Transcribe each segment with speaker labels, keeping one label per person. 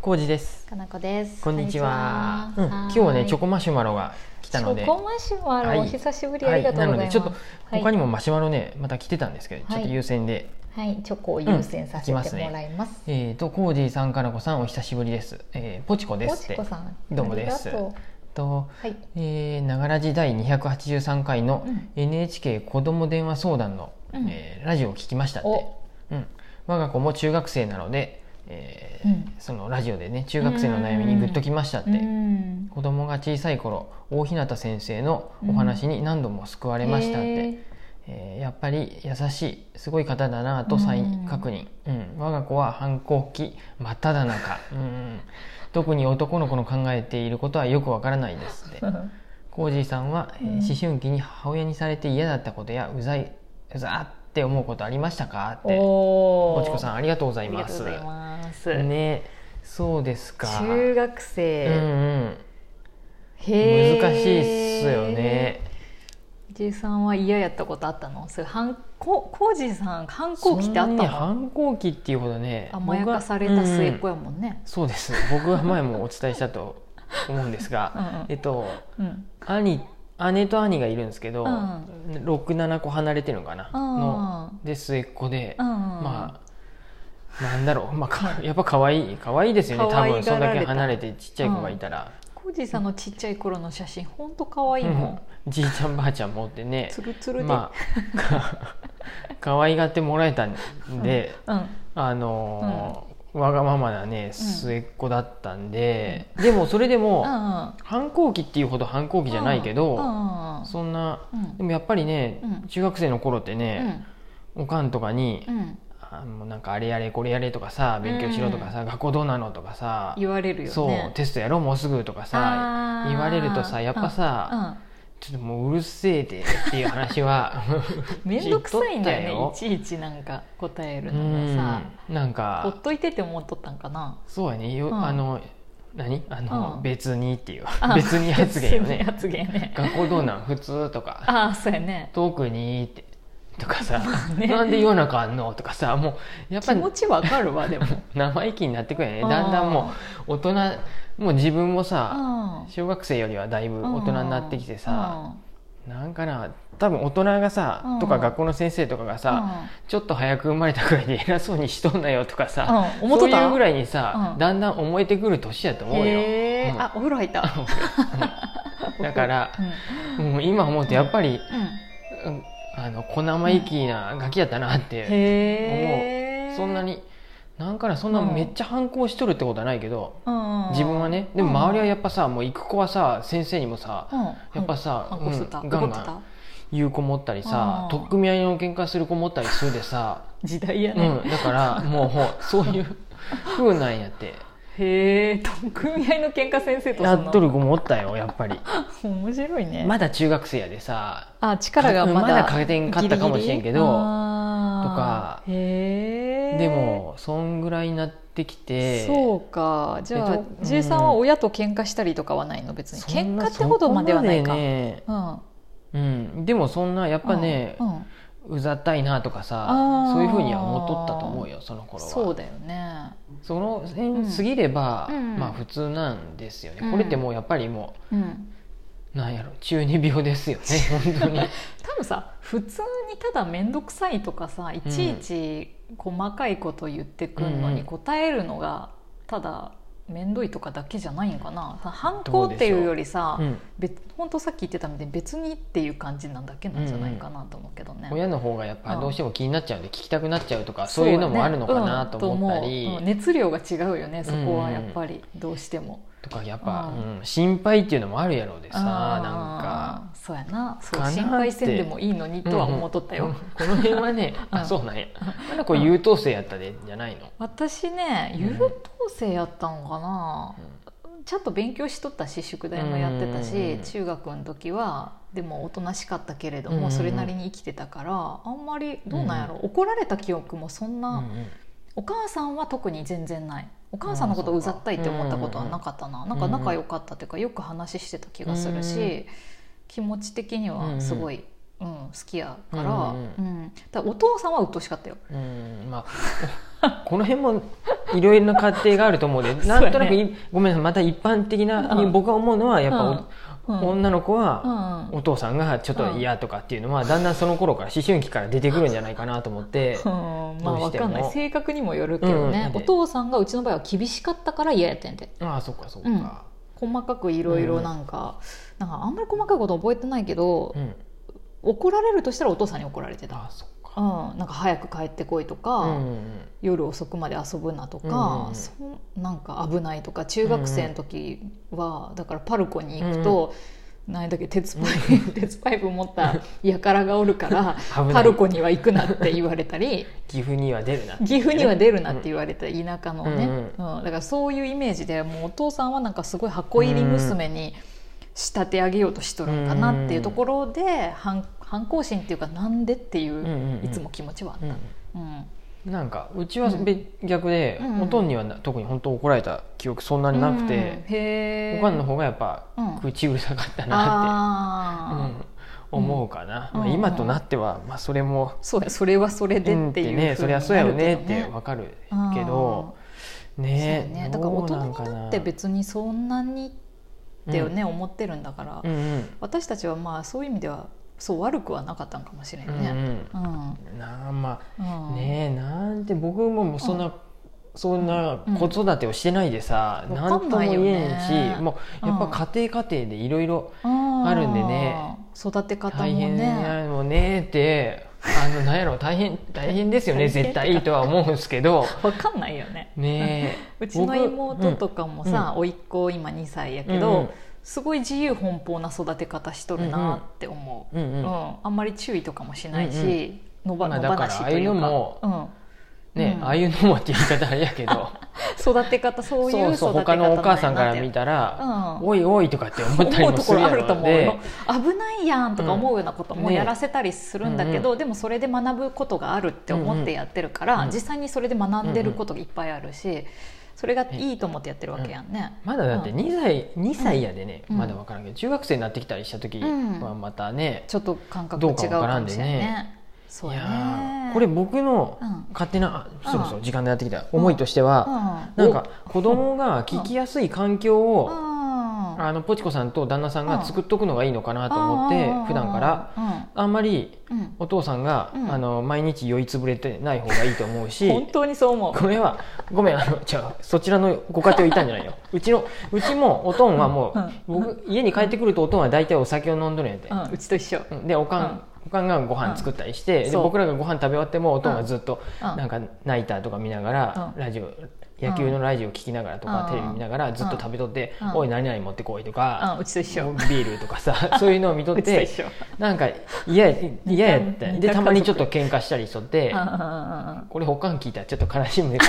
Speaker 1: コウジです。
Speaker 2: かなこです。
Speaker 1: こんにちは。
Speaker 2: こ
Speaker 1: うんん
Speaker 2: にちは
Speaker 1: 今日はねチョコマシュマロが来たので、
Speaker 2: チョコマシュマロ、
Speaker 1: はい
Speaker 2: お久しぶり、
Speaker 1: は
Speaker 2: ありがと
Speaker 1: な
Speaker 2: うご
Speaker 1: の
Speaker 2: ざい
Speaker 1: で
Speaker 2: ま
Speaker 1: ち
Speaker 2: す。
Speaker 1: ょっと
Speaker 2: はい
Speaker 1: 他にもマシュマロねまた来てたんですけど、
Speaker 2: はい
Speaker 1: ちょっと優先で、
Speaker 2: はい、チョコを優先させて
Speaker 1: うん
Speaker 2: も
Speaker 1: いきますね
Speaker 2: らいます。
Speaker 1: えっ、とコウジさんかなこさんお久しぶりです。えー、ポチコで
Speaker 2: ポ
Speaker 1: すっ
Speaker 2: チ
Speaker 1: て
Speaker 2: コ。さん、
Speaker 1: どうもです
Speaker 2: ありがとう
Speaker 1: と
Speaker 2: はい、
Speaker 1: えーながら時第283回の
Speaker 2: うん
Speaker 1: NHK 子ども電話相談の、
Speaker 2: うん
Speaker 1: えーラジオを聞きましたって
Speaker 2: お、、
Speaker 1: うん、我が子も中学生なので、えー
Speaker 2: うん
Speaker 1: そのラジオでね中学生の悩みにグッときましたって、
Speaker 2: うん、
Speaker 1: 子供が小さい頃大日向先生のお話に何度も救わ
Speaker 2: あ
Speaker 1: れましたって、えーやっぱり優しいすごい方だなと再確認、うん我が子は反抗期真っ只中、うん、特に男の子の考えていることはよくわからないです ってコージーさんは、えー
Speaker 2: うん
Speaker 1: 思春期に母親にされて嫌だったことやうざいうざって思うことありましたかって
Speaker 2: お
Speaker 1: もちこさん
Speaker 2: ん、あ
Speaker 1: ありがとうござい
Speaker 2: りが
Speaker 1: ま
Speaker 2: とう
Speaker 1: す
Speaker 2: ございます。
Speaker 1: ねそうですか
Speaker 2: 中学
Speaker 1: う
Speaker 2: 生、
Speaker 1: んうん
Speaker 2: へー
Speaker 1: 難しいっすよね。
Speaker 2: 藤井さんは嫌やったことあったの？それ反抗、コージーさん反抗期ってあっ
Speaker 1: そんなに
Speaker 2: たの？
Speaker 1: 反抗期っていうほどね
Speaker 2: 甘やかされた末っ
Speaker 1: 僕
Speaker 2: 子
Speaker 1: はうん
Speaker 2: やもんね。
Speaker 1: そうです僕は前もお伝えしたと思うんです
Speaker 2: うん
Speaker 1: が
Speaker 2: うん
Speaker 1: えっと
Speaker 2: うん
Speaker 1: 兄姉と兄がいるんですけど、
Speaker 2: うん
Speaker 1: 六七67個離れてるのかな、の
Speaker 2: あ
Speaker 1: で末っ子で、
Speaker 2: あ、あ
Speaker 1: まあなんだろう、まあ、かやっぱ可愛い可愛いですよね多
Speaker 2: 可愛が
Speaker 1: 分
Speaker 2: られた
Speaker 1: そんだけ離れてちっちゃい子がいたら、
Speaker 2: コージーさんのちっちゃい頃の写真ほんと可愛い
Speaker 1: うん
Speaker 2: もん、
Speaker 1: じいちゃんばあちゃん持ってね
Speaker 2: つるつるで、
Speaker 1: ま あか可愛がってもらえたんで、
Speaker 2: うん
Speaker 1: あのーわがままなね末っ子だったんで、でもそれでも、
Speaker 2: うん
Speaker 1: 反抗期っていうほど反抗期じゃないけど、
Speaker 2: うん
Speaker 1: そんな
Speaker 2: うん
Speaker 1: でもやっぱりね、
Speaker 2: うん
Speaker 1: 中学生の頃って
Speaker 2: う
Speaker 1: ね、
Speaker 2: ん
Speaker 1: おかんとかに、
Speaker 2: うん
Speaker 1: あもうなんかあれやれこれやれとかさ勉強しろとかさ、学校どうなのとかさ、
Speaker 2: 言われるよね
Speaker 1: そうテストやろうもうすぐとかさ
Speaker 2: あー
Speaker 1: 言われるとさやっぱさ、ちょっともううるせえでっていう話は
Speaker 2: うんめんどくさいんだよねい
Speaker 1: 知
Speaker 2: ちいちなんか答え
Speaker 1: う
Speaker 2: るのが
Speaker 1: んなん
Speaker 2: さほ
Speaker 1: か
Speaker 2: っといてって思っとったんかな
Speaker 1: そうやね、よ
Speaker 2: うん
Speaker 1: あの何あの、
Speaker 2: うん
Speaker 1: 別にっていう
Speaker 2: あ
Speaker 1: 別に発言よ
Speaker 2: 別に
Speaker 1: ね
Speaker 2: 発言ね
Speaker 1: 学校どうなん普通とか
Speaker 2: ああそうやね
Speaker 1: 遠くにってとかさ、
Speaker 2: ね
Speaker 1: なんで言わなあかんのとかさもうやっぱ
Speaker 2: 気
Speaker 1: り
Speaker 2: 持ちわかるわ でも
Speaker 1: 生意気になってくるよねだんだんもう大人もう自分もさ小学生よりはだいぶ大人になってきてさ、なんかな多分大人がさ、
Speaker 2: うん
Speaker 1: とか学校の先生とかがさ、ちょっと早く生まれたくらいで偉そうにしとんなよとかさ、
Speaker 2: うん思っと
Speaker 1: そう
Speaker 2: った
Speaker 1: いうぐらいにさ、
Speaker 2: うん
Speaker 1: だんだん思えてくる年やと思うよ。
Speaker 2: へえ
Speaker 1: うん
Speaker 2: あお風呂 入った
Speaker 1: だから
Speaker 2: う、ん
Speaker 1: うん今思うとやっぱり、
Speaker 2: うん
Speaker 1: うんあの小生意気なガキやったなって、
Speaker 2: へえ
Speaker 1: そんなになんかなそんな
Speaker 2: うん
Speaker 1: めっちゃ反抗しとるってことはないけど、自
Speaker 2: 自
Speaker 1: 分はねでも周りはやっぱさもう行く子はさ先生にもさ、やっぱさ
Speaker 2: 反抗してた
Speaker 1: うん
Speaker 2: 怒って
Speaker 1: ガンガ
Speaker 2: た
Speaker 1: 言う子もおったりさ、
Speaker 2: うん
Speaker 1: 取っ組み合いの喧嘩する子もおったりするでさ、
Speaker 2: 時代や ね
Speaker 1: うん、だからもうそういう風なんやって
Speaker 2: へえ特組合の喧嘩先生と
Speaker 1: や
Speaker 2: そ
Speaker 1: っと
Speaker 2: の
Speaker 1: る子もおったよやっぱり
Speaker 2: 面白いね
Speaker 1: まだ中学生やでさ
Speaker 2: あ力がま
Speaker 1: まだ
Speaker 2: だ
Speaker 1: 加点勝ったかもしれんけど
Speaker 2: ギリギリ
Speaker 1: とか
Speaker 2: あーへえ
Speaker 1: でもそんぐらいになってきて
Speaker 2: そうかじゃ
Speaker 1: え
Speaker 2: あ
Speaker 1: どうん
Speaker 2: J さんは親と喧嘩したりとかはないの別に
Speaker 1: そ
Speaker 2: 喧
Speaker 1: んな
Speaker 2: 嘩ってほどまではない
Speaker 1: そ
Speaker 2: か
Speaker 1: こまでね
Speaker 2: うん
Speaker 1: うん、でもそんなやっぱね、
Speaker 2: うんうん
Speaker 1: うざったいなとかさ
Speaker 2: あー
Speaker 1: そういうふうには思っとったと思うよその頃は
Speaker 2: そうだよね
Speaker 1: その
Speaker 2: う
Speaker 1: 辺
Speaker 2: ん
Speaker 1: 過ぎれば、
Speaker 2: うん
Speaker 1: まあ普通なんですよね、
Speaker 2: うん
Speaker 1: これってもうやっぱりも
Speaker 2: うん
Speaker 1: うなんやろ中二病ですよ ね本当に
Speaker 2: 多分さ普通にただ面倒くさいとかさいちいち細かいこと言ってくんの
Speaker 1: う
Speaker 2: に
Speaker 1: ん
Speaker 2: 答えるのがただ面倒いとかだけじゃないんかなさ反抗っていうよりさ、
Speaker 1: うん
Speaker 2: 別本当さっき言ってたみたいに別にっていう感じなんだけなんじゃないかなと思うけどね。
Speaker 1: 親の方がやっぱ
Speaker 2: うん
Speaker 1: どうしても気になっちゃうんで聞きたくなっちゃうとかそういうのもあるのかなと思ったり、
Speaker 2: そうよねうんと思ううん熱量が違うよねそこはやっぱりどうしても。
Speaker 1: とかやっぱ、
Speaker 2: う
Speaker 1: うん心配っていうのもあるやろうでさ
Speaker 2: ー
Speaker 1: なんか。
Speaker 2: そうやなそう
Speaker 1: かなって
Speaker 2: 心配せんでもいいのにとは思っとったよ。
Speaker 1: うんうんこの辺はね
Speaker 2: うん
Speaker 1: あそうなんやまだこれ優等生やったでじゃないの、
Speaker 2: 私ね
Speaker 1: うん
Speaker 2: 優等生やったんかな、ちゃんと勉強しとったし宿題もやってたし、
Speaker 1: うんうんうん
Speaker 2: 中学の時はでもおとなしかったけれども、
Speaker 1: うんうん
Speaker 2: それなりに生きてたからあんまりどうなんやろ、怒られた記憶もそん
Speaker 1: うん
Speaker 2: な、
Speaker 1: うん
Speaker 2: お母さんは特に全然ないお母さんのことをうざったいって思ったことはなかったな、
Speaker 1: んうん
Speaker 2: なんか仲良かったっていうかよく話してた気がするし、
Speaker 1: うんうん
Speaker 2: 気持ち的にはすごい、うん好きやから,、
Speaker 1: うんうん
Speaker 2: うんだからお父さんは鬱陶しかったよ。
Speaker 1: うんまあ この辺もいろいろな過程があると思うで
Speaker 2: そう
Speaker 1: な
Speaker 2: やね
Speaker 1: んとなくいごめんなさいまた一般的な、
Speaker 2: うん
Speaker 1: 僕が思うのはやっぱ、お
Speaker 2: うん
Speaker 1: 女の子は、
Speaker 2: うん
Speaker 1: お父さんがちょっと嫌とかっていうのは、だんだんその頃から思春期から出てくるんじゃないかなと思 って、
Speaker 2: うんまあ
Speaker 1: どう
Speaker 2: わ
Speaker 1: しても
Speaker 2: かんない性格にもよるけどね、
Speaker 1: うん
Speaker 2: お父さんがうちの場合は厳しかったから嫌やってんて
Speaker 1: ああそっかそっ
Speaker 2: うん
Speaker 1: か、
Speaker 2: 細かくいろいろなんか、なんかあんまり細かいこと覚えてないけど、
Speaker 1: うん
Speaker 2: 怒られるとしたらお父さんに怒られてた、
Speaker 1: ああそっ
Speaker 2: う
Speaker 1: か、
Speaker 2: ん、なんか早く帰ってこいとか、
Speaker 1: うんうんうん
Speaker 2: 夜遅くまで遊ぶなと
Speaker 1: うんうん
Speaker 2: か、
Speaker 1: うん
Speaker 2: そんなんか危ないとか中学生の時は、だからパルコに行くと、何だっけ鉄パイプ鉄パイプ持った輩がおるから
Speaker 1: 危ない
Speaker 2: パルコには行くなって言われたり
Speaker 1: 岐阜には出るな
Speaker 2: 岐阜には出るなって言われたり田舎のね、
Speaker 1: う
Speaker 2: うんだからそういうイメージでもうお父さんはなんかすごい箱入り娘に仕立て上げようとしとるんかなっていうところで反反抗心っていうかなんでっていう、
Speaker 1: うんうんうん
Speaker 2: いつも気持ちはあった。うん
Speaker 1: なんかうちは
Speaker 2: うん
Speaker 1: 別逆で、
Speaker 2: うんうん
Speaker 1: おとんにはな特に本当怒られた記憶そんなになくて、
Speaker 2: うんへー
Speaker 1: おかんの方がやっぱ
Speaker 2: うん
Speaker 1: 口うるさかったなって、うん
Speaker 2: ああ、
Speaker 1: 思うかな、
Speaker 2: うん
Speaker 1: まあ、今となっては、まあ、それも
Speaker 2: そうやそれはそれでっていう
Speaker 1: うんね
Speaker 2: ふ
Speaker 1: そうり
Speaker 2: に
Speaker 1: ゃそうやよねっ
Speaker 2: なる
Speaker 1: て
Speaker 2: けど
Speaker 1: わかるけど、
Speaker 2: うん
Speaker 1: ね
Speaker 2: そうやねだから大人になって別にそんなにってよね、思ってるんだから、
Speaker 1: うんうん
Speaker 2: 私たちはまあそういう意味ではそう悪くはなかったんかもしれ
Speaker 1: うんん
Speaker 2: ね。うん
Speaker 1: うんなあま
Speaker 2: う
Speaker 1: あ
Speaker 2: ん
Speaker 1: ねえなんて僕ももうそんな、そんな
Speaker 2: うん
Speaker 1: 子育てをしてないでさ、
Speaker 2: わ
Speaker 1: なん
Speaker 2: か
Speaker 1: と
Speaker 2: ん
Speaker 1: も
Speaker 2: な
Speaker 1: 言
Speaker 2: いよね
Speaker 1: えんし、もうやっぱ家庭家庭でいろいろあるんでね
Speaker 2: 育て方も
Speaker 1: 大変
Speaker 2: ね
Speaker 1: やもうねってあのなんやろ 大変大変ですよね
Speaker 2: 大変
Speaker 1: 絶対とは思うんですけど
Speaker 2: わかんないよね
Speaker 1: ねえ
Speaker 2: うちの妹とかもさ、
Speaker 1: う
Speaker 2: 甥っ子今2歳 やけど、すごい自由奔放な育て方しとるなって思う、
Speaker 1: うんうんうん
Speaker 2: う
Speaker 1: うん
Speaker 2: んあんまり注意とかもしないし、のば
Speaker 1: ま
Speaker 2: 野
Speaker 1: あ
Speaker 2: 放
Speaker 1: だから
Speaker 2: しというか,、
Speaker 1: ああいうのも
Speaker 2: うん
Speaker 1: ね
Speaker 2: うん
Speaker 1: ああいうのもって言い方あれやけど
Speaker 2: 育て方 そうい
Speaker 1: そうう
Speaker 2: 育て方
Speaker 1: そう他のお母さんから見
Speaker 2: た
Speaker 1: たら「
Speaker 2: うん
Speaker 1: おいおい」とかって思ったり
Speaker 2: 思う
Speaker 1: も
Speaker 2: と
Speaker 1: す
Speaker 2: こ
Speaker 1: る
Speaker 2: ろ
Speaker 1: や
Speaker 2: あると
Speaker 1: ろ
Speaker 2: 思う
Speaker 1: で
Speaker 2: よ危ないやんとか思うようなことも
Speaker 1: ね
Speaker 2: やらせたりするんだけど、でもそれで学ぶことがあるって思ってやってるから、
Speaker 1: うんうん
Speaker 2: 実際にそれで学んでることがいっぱいあるしそれがいいと思ってやってるわけやんね。
Speaker 1: まだだって2歳2歳やでね
Speaker 2: うん
Speaker 1: まだ分からんけど中学生になってきたりした時はまたね
Speaker 2: ちょっと感覚違うかもしれない
Speaker 1: どうかわからんで
Speaker 2: ね。そう
Speaker 1: い
Speaker 2: や
Speaker 1: や
Speaker 2: ね
Speaker 1: ーこれ僕の
Speaker 2: うん
Speaker 1: 勝手なあそろそうろ
Speaker 2: ん
Speaker 1: 時間でやってきた思いとしては
Speaker 2: う
Speaker 1: なんか子供が聞きやすい環境
Speaker 2: お
Speaker 1: を
Speaker 2: うん
Speaker 1: あのポチコさんと旦那さんが作っとくのがいいのかなと思っ
Speaker 2: うん
Speaker 1: て普段からあんまり
Speaker 2: うんうん
Speaker 1: お父さんが、
Speaker 2: うん
Speaker 1: あの毎日酔いつぶれてない方がいいと思うし
Speaker 2: 本当にそう思う
Speaker 1: これはごめんあのじゃあそちらのご家庭いたんじゃない ようちのうちもおとんはもう、
Speaker 2: うん
Speaker 1: 僕家に帰ってくるとおとんは大体お酒を飲んどるんやて
Speaker 2: う、んうちと一緒
Speaker 1: でおかん、おかんがご飯作ったりして、
Speaker 2: うん
Speaker 1: で
Speaker 2: そう
Speaker 1: 僕らがご飯食べ終わってもおとんがずっと
Speaker 2: うん
Speaker 1: なんか泣いたとか見ながら、
Speaker 2: うん
Speaker 1: ラジオ野球のラジオ聞きながらとか、
Speaker 2: うん
Speaker 1: テレビ見ながらずっと食べとって「
Speaker 2: うん
Speaker 1: おい何々持ってこい」とか、
Speaker 2: うんうちと一緒
Speaker 1: ビールとかさ そういうのを見とっ
Speaker 2: うちと
Speaker 1: て
Speaker 2: 一緒
Speaker 1: なんか嫌や嫌やったんや
Speaker 2: 似た
Speaker 1: でたまにちょっと喧嘩したりしとって
Speaker 2: うんうんうんうん
Speaker 1: これおかん聞いたらちょっと悲しむか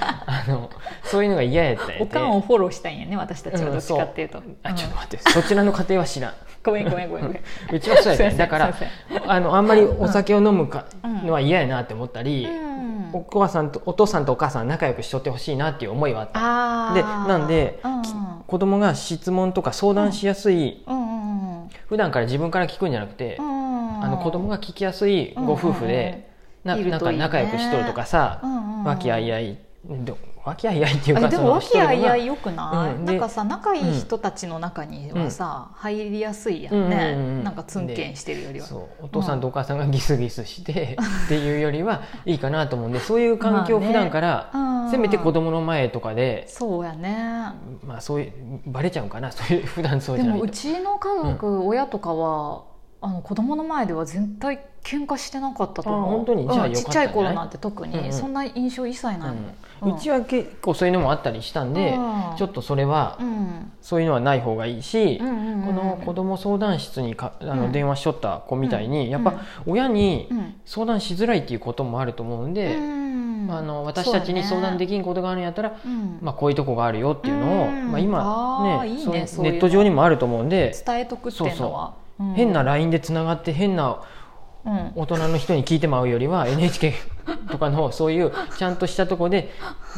Speaker 1: ら あのそういうのが嫌やったんやて
Speaker 2: おかんをフォローしたいんやね私たちは
Speaker 1: うん
Speaker 2: どっちかっていうと
Speaker 1: そうあちょっと
Speaker 2: うん
Speaker 1: 待ってそちらの家庭は知らん
Speaker 2: ごめんごめんごめんごめ ん
Speaker 1: うちはそうや
Speaker 2: すいま
Speaker 1: ね
Speaker 2: せん
Speaker 1: だから
Speaker 2: すい
Speaker 1: あのあんまりお酒を飲むか
Speaker 2: うん
Speaker 1: のは嫌やなって思ったり、
Speaker 2: うん
Speaker 1: お母さんとお父さんとお母さんは仲良くしとってほしいなっていう思いはあった
Speaker 2: あー
Speaker 1: でなんで
Speaker 2: うん
Speaker 1: 子供が質問とか相談しやすい、
Speaker 2: うんうんうん
Speaker 1: 普段から自分から聞くんじゃなくて、
Speaker 2: うん
Speaker 1: あの子供が聞きやすいご夫婦で、
Speaker 2: うんう
Speaker 1: なな
Speaker 2: んうん
Speaker 1: ん
Speaker 2: いると
Speaker 1: か
Speaker 2: いいね
Speaker 1: 仲良くしとるとかさ、
Speaker 2: うんうんうん
Speaker 1: 和気あいあいど和気あいあいっていう
Speaker 2: あ
Speaker 1: か
Speaker 2: で
Speaker 1: そ
Speaker 2: も
Speaker 1: の
Speaker 2: 和
Speaker 1: 一人
Speaker 2: 気
Speaker 1: が
Speaker 2: あいあいよくない、
Speaker 1: うん
Speaker 2: な
Speaker 1: で
Speaker 2: んかさ仲いい人たちの中にはさ、入りやすいやんね、
Speaker 1: うんうんうん
Speaker 2: なんかツンケンしてるよりは
Speaker 1: そうお父さんとお母さんがギスギスしてっていうよりはいいかなと思うんでそういう環境を
Speaker 2: まあね
Speaker 1: 普段から
Speaker 2: うん
Speaker 1: せめて子供の前とかで、
Speaker 2: そうやね
Speaker 1: まあ、そういうバレちゃうかなそういう 普段そう
Speaker 2: で
Speaker 1: じゃない
Speaker 2: も
Speaker 1: と
Speaker 2: うちの家族、親とかはあの子供の前では絶対喧嘩してなかったと思う
Speaker 1: あ本当にじゃあ
Speaker 2: うん
Speaker 1: よか
Speaker 2: ちっ
Speaker 1: った
Speaker 2: ちゃい頃なんて特
Speaker 1: うんう
Speaker 2: に
Speaker 1: ん
Speaker 2: そんな印象一切ないもん、
Speaker 1: うんうちは結構そういうのもあったりしたんで、
Speaker 2: うん
Speaker 1: ちょっとそれは、
Speaker 2: うん
Speaker 1: そういうのはない方がいいし、
Speaker 2: うんうんうん
Speaker 1: この子供相談室にかあ
Speaker 2: うん
Speaker 1: の電話しとった子みたいに、
Speaker 2: ん
Speaker 1: やっぱ親に
Speaker 2: うん
Speaker 1: 相談しづらいっていうこともあると思うんで、
Speaker 2: うん
Speaker 1: あの私たちに相談で
Speaker 2: き
Speaker 1: きんことがあるんやったら、
Speaker 2: うん
Speaker 1: まあ、こういうとこがあるよっていうのを、
Speaker 2: うん
Speaker 1: まあ、
Speaker 2: あ
Speaker 1: 今
Speaker 2: ーいいね
Speaker 1: そう
Speaker 2: そうい
Speaker 1: ネ
Speaker 2: うの
Speaker 1: ット上にもあると思うんで、
Speaker 2: 伝えとくっていうのはうん
Speaker 1: 変な LINE でつながって変な
Speaker 2: うん
Speaker 1: 大人の人に聞いてまうより は NHK とかのそういうちゃんとしたとこで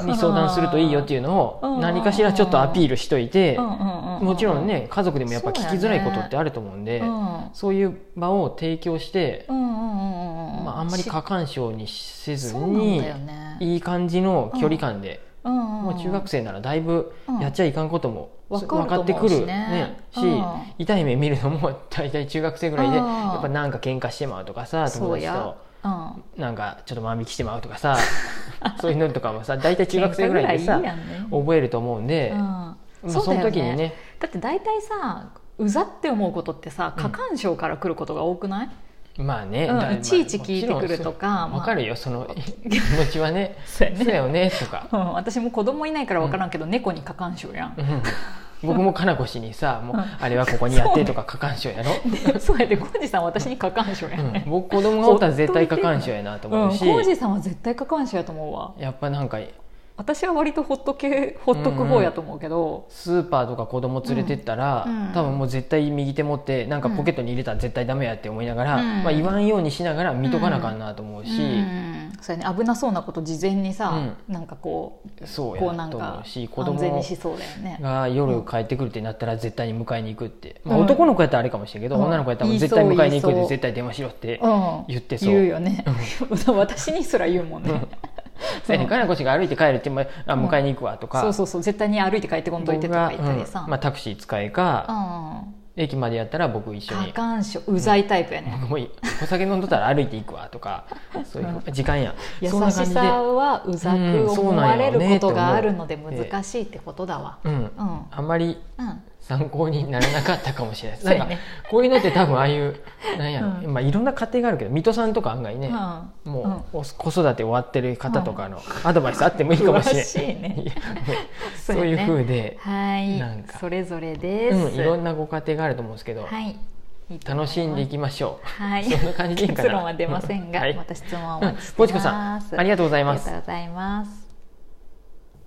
Speaker 1: に相談するといいよっていうの
Speaker 2: うん
Speaker 1: を何かしらちょっとアピールしといて、
Speaker 2: うんうんうんうん
Speaker 1: もちろんね家族でもやっぱ聞きづらいことってあると思うんで
Speaker 2: う
Speaker 1: そう,、
Speaker 2: ん
Speaker 1: いう場を提供して、
Speaker 2: うんうんうんうんうん
Speaker 1: まあ、あんまり
Speaker 2: し
Speaker 1: 過干渉にせず
Speaker 2: そうなん
Speaker 1: に
Speaker 2: だよねね
Speaker 1: いい感じの距離感で、
Speaker 2: うんうんうん
Speaker 1: もう中学生ならだいぶ
Speaker 2: うん
Speaker 1: やっちゃいかんことも、
Speaker 2: わかると思
Speaker 1: 分
Speaker 2: う
Speaker 1: かってくる
Speaker 2: しね
Speaker 1: し、
Speaker 2: うん
Speaker 1: 痛い目見るのも 大体中学生ぐらいで、
Speaker 2: うん
Speaker 1: やっぱなんか喧嘩してまうとかさ
Speaker 2: そ
Speaker 1: 友
Speaker 2: う
Speaker 1: 達
Speaker 2: や
Speaker 1: と。
Speaker 2: うん
Speaker 1: なんかちょっと万引きしてまうとか さそういうのとかもさ大体中学生ぐらいでさ
Speaker 2: 喧嘩ぐらいいいやんね
Speaker 1: 覚えると思うんで、まあ
Speaker 2: うん
Speaker 1: そ
Speaker 2: そうだ
Speaker 1: の
Speaker 2: よ
Speaker 1: 時にね
Speaker 2: だって大体さうざって思うことってさ過干渉から来ることが多くない、
Speaker 1: まあね、
Speaker 2: うん
Speaker 1: だ
Speaker 2: いちいち聞いてくるとか
Speaker 1: まあもちろんそうわ
Speaker 2: まあ
Speaker 1: かるよ その 気持ちはね
Speaker 2: そう
Speaker 1: そうだよねとか
Speaker 2: うん、私も子供いないから分からんけど、猫に過干渉やん
Speaker 1: うん僕もかなこ氏にさもう、
Speaker 2: うん
Speaker 1: あれはここにやってとか過干渉やろ、
Speaker 2: で そうやって浩二さん私に過干渉や
Speaker 1: うん
Speaker 2: ね
Speaker 1: ん、僕子供がおったら絶対過干渉やなと
Speaker 2: うん
Speaker 1: 思うし、
Speaker 2: 浩二、さんは絶対過干渉やと思うわ
Speaker 1: やっぱなんか
Speaker 2: 私は割とほっとけほっとく方やと思うけど、
Speaker 1: スーパーとか子供連れてったら、
Speaker 2: うんうん
Speaker 1: 多分もう絶対右手持ってなんかポケットに入れたら絶対ダメやって思いながら、
Speaker 2: うん
Speaker 1: まあ、言わんようにしながら見とかなあかんなと思うし、
Speaker 2: うんそうやね危なそうなこと事前にさ、なんかこう
Speaker 1: そう
Speaker 2: こ
Speaker 1: や
Speaker 2: うな
Speaker 1: なんと思
Speaker 2: か
Speaker 1: うし子
Speaker 2: 安全に
Speaker 1: 供
Speaker 2: しそうだよね
Speaker 1: が夜帰ってくるってなったら絶対に迎えに行くって、まあ、
Speaker 2: うん
Speaker 1: 男の子やったらあれかもしれんけど、
Speaker 2: うん
Speaker 1: 女の子やったらもう絶対迎えに行くって絶対電話しろって
Speaker 2: うん
Speaker 1: 言ってそう。
Speaker 2: 言うよね 私にすら言うもんね、
Speaker 1: うんそうやね、かなこ氏が歩いて帰るって、まあ、あ迎えに行くわとか、
Speaker 2: そうそうそう絶対に歩いて帰ってこんといて
Speaker 1: 僕
Speaker 2: と
Speaker 1: が
Speaker 2: か言ったりさ、
Speaker 1: うんまあ、タクシー使え
Speaker 2: う
Speaker 1: か、
Speaker 2: ん
Speaker 1: 駅までやったら僕一緒
Speaker 2: 過
Speaker 1: に
Speaker 2: 干渉うざいタイプやね、
Speaker 1: 僕もいお酒飲んどったら歩いていくわと かそういう
Speaker 2: う
Speaker 1: 時間や
Speaker 2: 優
Speaker 1: そんな
Speaker 2: し
Speaker 1: 感じで
Speaker 2: さはうざく
Speaker 1: うんそ
Speaker 2: 思
Speaker 1: うな
Speaker 2: わ
Speaker 1: んや
Speaker 2: れ
Speaker 1: ろ
Speaker 2: る
Speaker 1: うね
Speaker 2: ことと
Speaker 1: 思う
Speaker 2: があるので難しいってことだわ、
Speaker 1: うん
Speaker 2: うんうん
Speaker 1: あんまり参考にならなかったかもしれない
Speaker 2: そうや
Speaker 1: なん
Speaker 2: ね
Speaker 1: かこういうのって多分ああいうなんやろ、
Speaker 2: うん
Speaker 1: まあ、いろんな家庭があるけど水戸さんとか案外ね、
Speaker 2: うん
Speaker 1: もう、
Speaker 2: ん
Speaker 1: お子育て終わってる方とかのアドバイスあってもいいかもしれ
Speaker 2: 詳しい
Speaker 1: ない
Speaker 2: ね
Speaker 1: いや
Speaker 2: そ
Speaker 1: そうう
Speaker 2: や
Speaker 1: い
Speaker 2: ね
Speaker 1: うふうで、
Speaker 2: はい
Speaker 1: なんか
Speaker 2: それぞれです、
Speaker 1: うん、いろんなご家庭があると思うんですけど、
Speaker 2: はいいいと思
Speaker 1: 楽しんでい
Speaker 2: い
Speaker 1: きましょう。
Speaker 2: ますはい
Speaker 1: そんな感じでいいかな
Speaker 2: 結論は出ませんが、
Speaker 1: はい
Speaker 2: また質問をお待ちして
Speaker 1: ポ
Speaker 2: ま
Speaker 1: チ
Speaker 2: す
Speaker 1: コさんありがとうございます
Speaker 2: ありがとうございます